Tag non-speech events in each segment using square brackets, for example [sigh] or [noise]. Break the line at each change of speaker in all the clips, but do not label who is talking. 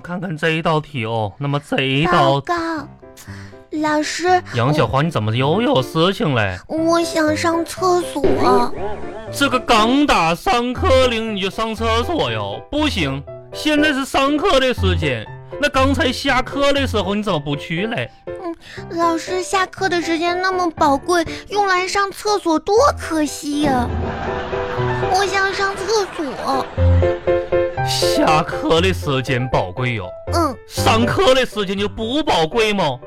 看看这一道题哦。那么这一
报
道，
告，老师，
杨小华，你怎么又有事情嘞？
我想上厕所。
这个刚打上课铃你就上厕所哟？不行，现在是上课的时间。那刚才下课的时候你怎么不去嘞？
老师，下课的时间那么宝贵，用来上厕所多可惜呀、我想上厕所。
下课的时间宝贵哟，
嗯，
上课的时间就不宝贵吗？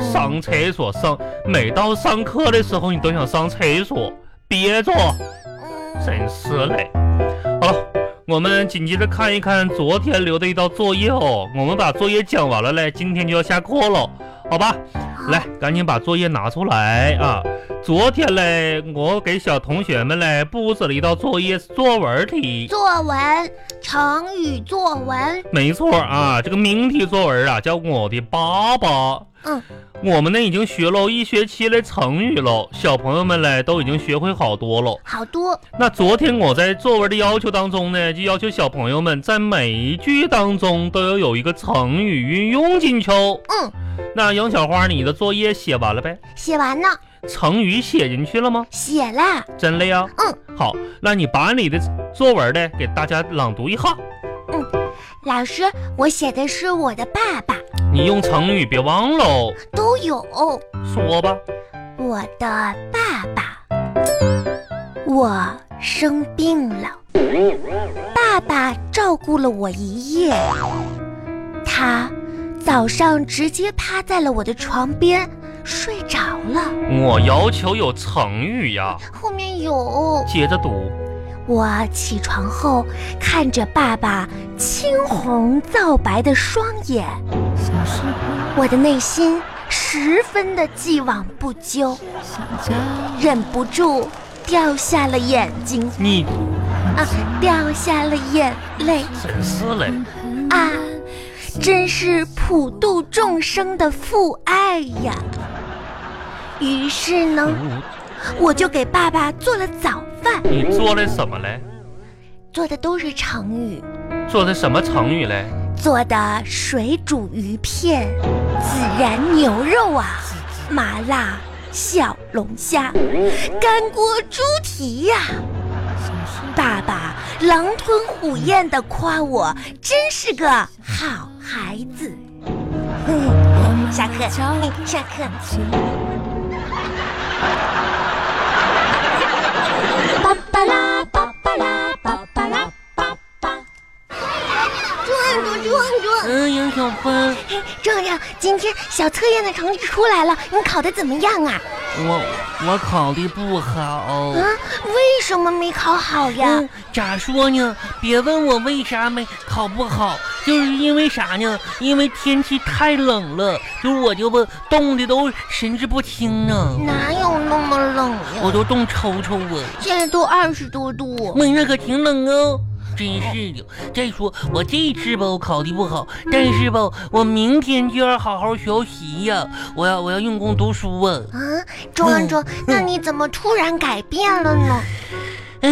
上厕所上，每到上课的时候你都想上厕所，憋着。
嗯，
真是嘞。好了，我们紧接着看一看昨天留的一道作业哦。我们把作业讲完了嘞，今天就要下课了，好吧？来，赶紧把作业拿出来啊！昨天嘞，我给小同学们嘞布置了一道作业，是作文题。
作文，成语作文。
没错啊，这个命题作文啊，叫我的爸爸。
嗯，
我们呢已经学了一学期的成语了，小朋友们嘞都已经学会好多了。
好多。
那昨天我在作文的要求当中呢，就要求小朋友们在每一句当中都要有一个成语运用进去。哦
嗯，
那杨小花，你的作业写完了呗？
写完了，
成语写进去了吗？
写啦。
真的呀？嗯。好，那你把你的作文呢给大家朗读一下。
老师，我写的是我的爸爸，
你用成语别忘喽，
都有
说吧。
我的爸爸。我生病了，爸爸照顾了我一夜。他早上直接趴在了我的床边睡着了。
我要求有成语呀，
后面有
接着读。
我起床后看着爸爸青红皂白的双眼，
小时候
我的内心十分的既往不咎，
想家，
忍不住掉下了眼睛
你
啊，掉下了眼泪
真是嘞，
啊，真是普度众生的父爱呀。于是呢，我就给爸爸做了早饭，
你做了什么嘞？
做的都是成语，
做的什么成语嘞？
做的水煮鱼片、孜然牛肉啊，麻辣小龙虾、干锅猪蹄呀、
小时候
爸爸狼吞虎咽地夸我真是个好孩子。嗯下课，哎下课。巴巴拉巴巴拉巴巴拉巴巴。转转转转，
嗯，杨小芬，
壮壮，今天小测验的成绩出来了，你考的怎么样啊？
我我考的不好嗯
啊，为什么没考好呀？
咋说呢？别问我为啥没考不好，就是因为啥呢？因为天气太冷了，就我就不冻的都神志不清呢，
哪有那么冷
我嗯
呀？
都冻抽抽啊。
现在都二十多度。
妹，那可挺冷哦。真是的，再说我这次吧，我考的不好，但是吧，我明天就要好好学习呀、我要我要用功读书啊。
啊，壮壮，
嗯
那你怎么突然改变了呢？
哎，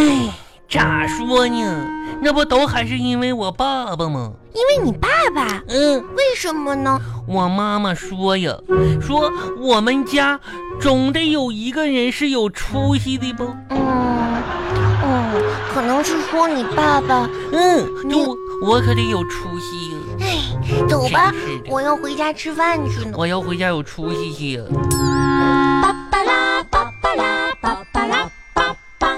咋说呢？那不都还是因为我爸爸吗？
因为你爸爸，
嗯，
为什么呢？
我妈妈说呀，说我们家总得有一个人是有出息的不？
嗯，嗯，可能是说你爸爸。
嗯，就我我可得有出息呀。
哎，走吧
真是，的
我要回家吃饭去呢。
我要回家有出息去呀。
巴巴拉巴巴拉巴巴拉巴巴。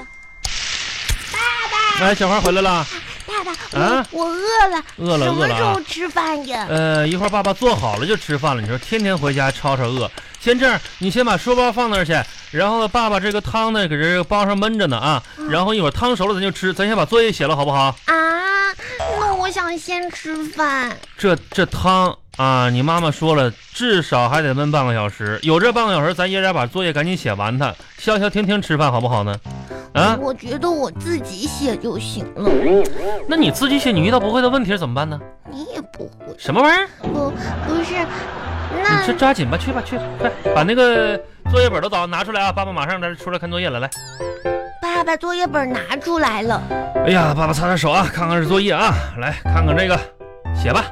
哎，小花回来了。
爸爸，我、
啊
我饿了，
饿了
什
饿
么
了
时
啊
候吃饭 [laughs] 呀？
呃，一会儿爸爸做好了就吃饭了。你说天天回家吵吵饿，先这样，你先把书包放那儿去，然后爸爸这个汤呢搁这煲上焖着呢啊，然后一会儿汤熟了咱就吃，咱先把作业写了好不好？
啊，那我想先吃饭。
这这汤啊，你妈妈说了，至少还得焖半个小时，有这半个小时，咱爷俩把作业赶紧写完它，消消停停吃饭好不好呢？啊，
我觉得我自己写就行了，
那你自己写，你遇到不会的问题怎么办呢？
你也不会。
什么玩意儿？
不，不是，那
你这抓紧吧，去吧去，快把那个作业本都找拿出来啊！爸爸马上来出来看作业了，来。
爸爸作业本拿出来了，
哎呀，爸爸擦擦手啊，看看这作业啊，来看看这个，写吧。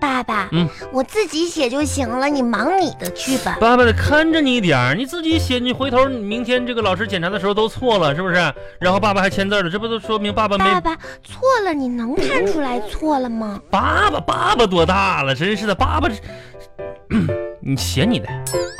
爸爸，
嗯
我自己写就行了，你忙你的去吧。
爸爸得看着你一点儿，你自己写，你回头明天这个老师检查的时候都错了，是不是？然后爸爸还签字了，这不都说明爸爸没
爸爸错了，你能看出来错了吗？
爸爸爸爸多大了？真是的，爸爸，你写你的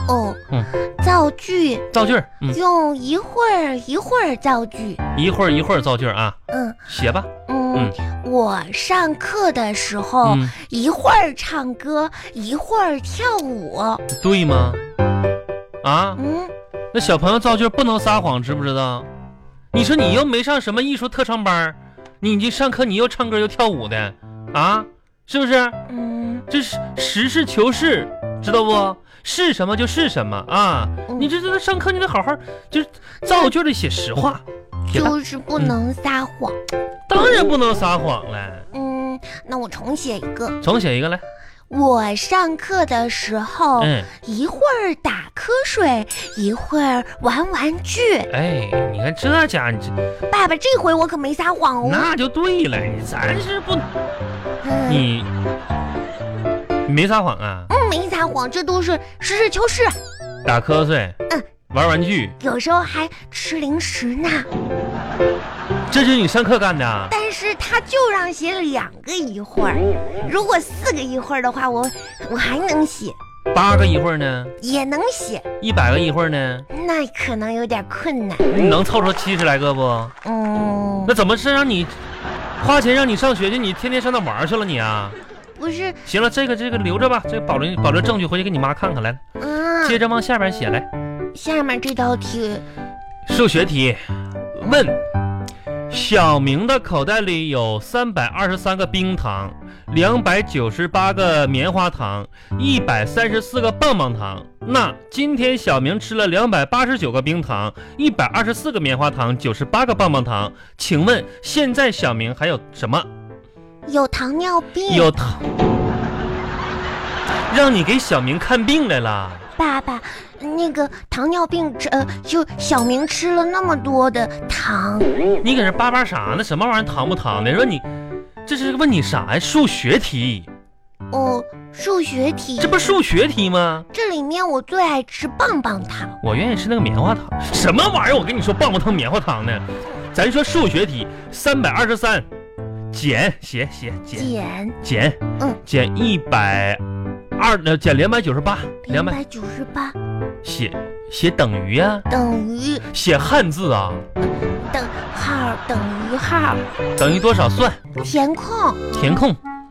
哦，
嗯
造句
造句儿，嗯，
用一会儿一会儿造句。
一会儿一会儿造句儿啊，
嗯
写吧，
嗯，我上课的时候、
嗯，
一会儿唱歌，一会儿跳舞。
对吗？啊，
嗯，
那小朋友造句儿不能撒谎，知不知道？你说你又没上什么艺术特长班儿，你这上课你又唱歌又跳舞的，啊，是不是？
嗯，
这是实事求是，知道不？是什么就是什么啊！
嗯
你这这上课你得好好，就是造句儿得写实话，写吧。
嗯就是不能撒谎。
当然不能撒谎了。
嗯，那我重写一个。
重写一个来，
我上课的时候，
嗯，
一会儿打瞌睡，一会儿玩玩具。
哎，你看这家伙，你这
爸爸，这回我可没撒谎哦。
那就对了，你咱是不
嗯，
你你没撒谎啊？
嗯没撒谎，这都是实事求是。
打瞌睡，
嗯
玩玩具，
有时候还吃零食呢，
这就是你上课干的啊？
但是他就让写两个一会儿，如果四个一会儿的话，我我还能写，
八个一会儿呢？
也能写，
一百个一会儿呢？
那可能有点困难。
你能凑出七十来个不？
嗯，
那怎么是让你花钱让你上学去？你天天上那玩儿去了你啊？
不是，
行了，这个这个留着吧，这个保留保留证据回去给你妈看看来。
嗯，
接着往下边写来，
下面这道题，
数学题，问：小明的口袋里有三百二十三个冰糖，两百九十八个棉花糖，一百三十四个棒棒糖。那今天小明吃了两百八十九个冰糖，一百二十四个棉花糖，九十八个棒棒糖。请问现在小明还有什么？
有糖尿病，
有糖，让你给小明看病来了。
爸爸，那个糖尿病吃，呃，就小明吃了那么多的糖，
你搁这叭叭啥呢？什么玩意儿糖不糖的？说你这是问你啥呀？数学题，
哦，数学题
这，不是数学题吗？
这里面我最爱吃棒棒糖，
我愿意吃那个棉花糖。什么玩意儿？我跟你说，棒棒糖、棉花糖呢？咱说数学题，三百二十三减写写减
减
减，
嗯，
减一百二呃减两百九十八，两
两
百
百九十八
写写等于啊，
等于
写汉字啊，
等号等于号，
等于多少算？
填空，
填空，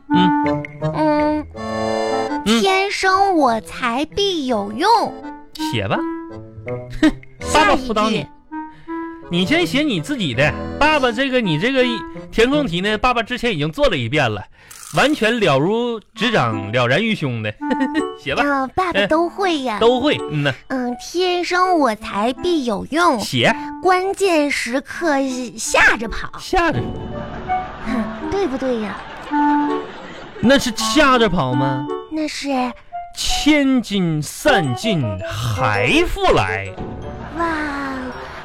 嗯。
嗯，
嗯
天生我材必有用，
写吧，爸
下
爸
一
辅导你
句。
你先写你自己的，爸爸这个你这个填空题呢，爸爸之前已经做了一遍了，完全了如指掌，了然于胸
[laughs]
的，写吧，
嗯，爸爸
哎
都会呀。
都会，嗯呐，
嗯，天生我材必有用，
写
关键时刻吓着跑。 [laughs]
吓着，
哼，对不对呀？
那是吓着跑吗？
那是
千金散尽还复来，
哇，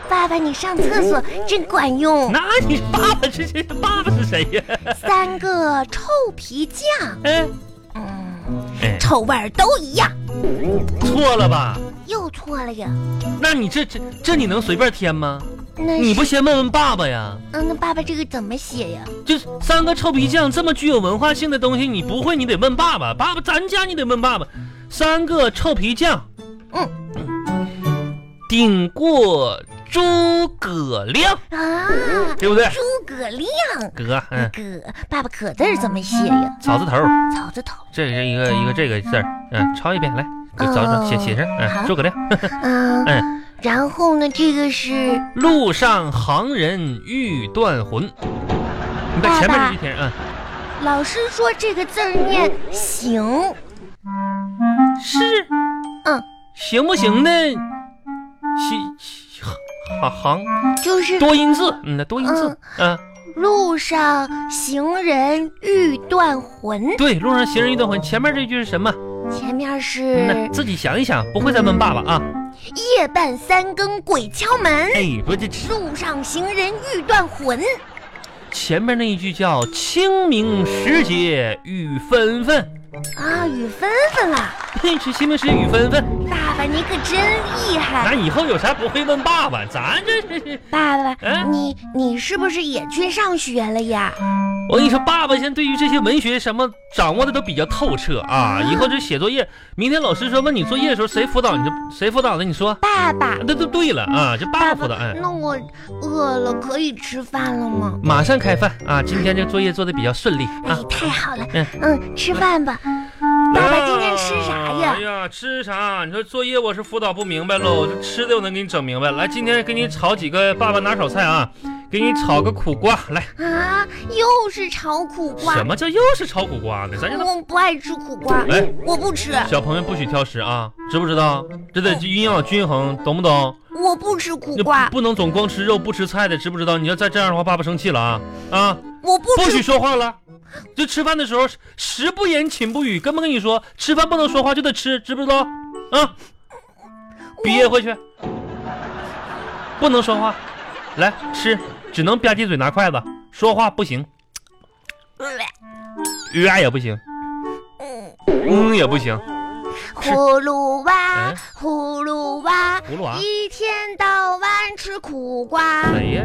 爸爸你上厕所真管用，
那你爸爸这这爸爸是谁呀？
三个臭皮匠，
哎
嗯，
哎，
臭味儿都一样，
错了吧？
又错了呀。
那你这这这你能随便填吗？
那
你不
是
先问问爸爸呀？
嗯，那爸爸这个怎么写呀？
就是三个臭皮匠这么具有文化性的东西，你不会，你得问爸爸。爸爸，咱家你得问爸爸。三个臭皮匠，
嗯
顶过诸葛亮，
啊，
对不对？
诸葛亮，
哥，嗯，
葛爸爸葛字儿怎么写呀？
草字头，
草字头。
这是一个一个这个字儿，嗯，抄一遍来，给早早写写上，嗯，诸葛亮。
嗯，然后呢，这个是
路上行人欲断魂，你在前面这一天，嗯，
老师说这个字儿念行，
是，
嗯，
行不行呢？行行行。
就是
[laughs] 多音字，嗯，那多音字，嗯、
路上行人欲断魂，
对，路上行人欲断魂，前面这句是什么？
前面
嗯那
是
自己想一想，不会再问爸爸啊。
嗯夜半三更鬼敲门，
哎，不，这这
路上行人欲断魂。
前面那一句叫清明时节雨纷纷，
啊，雨纷纷了，
嘿，是新闻时雨纷纷。
爸爸你可真厉害！
咱以后有啥不会问爸爸，咱这是。
爸爸，
嗯
你你是不是也去上学了呀？
我跟你说，爸爸现在对于这些文学什么掌握的都比较透彻啊。
嗯
以后这写作业，明天老师说问你作业的时候，谁辅导你？谁辅导的？你说。
爸爸，
那都对了啊，这爸爸
爸
辅导。哎
爸，，那我饿了，可以吃饭了吗？
马上开饭啊！今天这作业做的比较顺利
哎
啊。，
太好了
嗯，
嗯，吃饭吧。爸爸今天吃啥呀
哎呀，吃啥？你说作业我是辅导不明白喽，这吃的我能给你整明白。来，今天给你炒几个爸爸拿手菜啊，给你炒个苦瓜。来，
啊，又是炒苦瓜
嗯什，么叫又是炒苦瓜呢？咱这都
我不爱吃苦瓜，
哎，
我不吃，
小朋友不许挑食啊，知不知道？这得营养均衡，懂不懂？
我不吃苦
你不
瓜，
不能总光吃肉不吃菜的，知不知道？你要再这样的话，爸爸生气了啊啊！
我不
不许
吃，
说话了。就吃饭的时候，食不言，寝不语，根本跟你说，吃饭不能说话，就得吃，知不知道？啊，憋回去，不能说话，来吃，只能吧唧嘴拿筷子，说话不行，呀也不行，
嗯
嗯也不行，
葫芦娃
哎，
葫芦娃，
葫芦娃，哎
一天到晚吃苦瓜，
谁呀？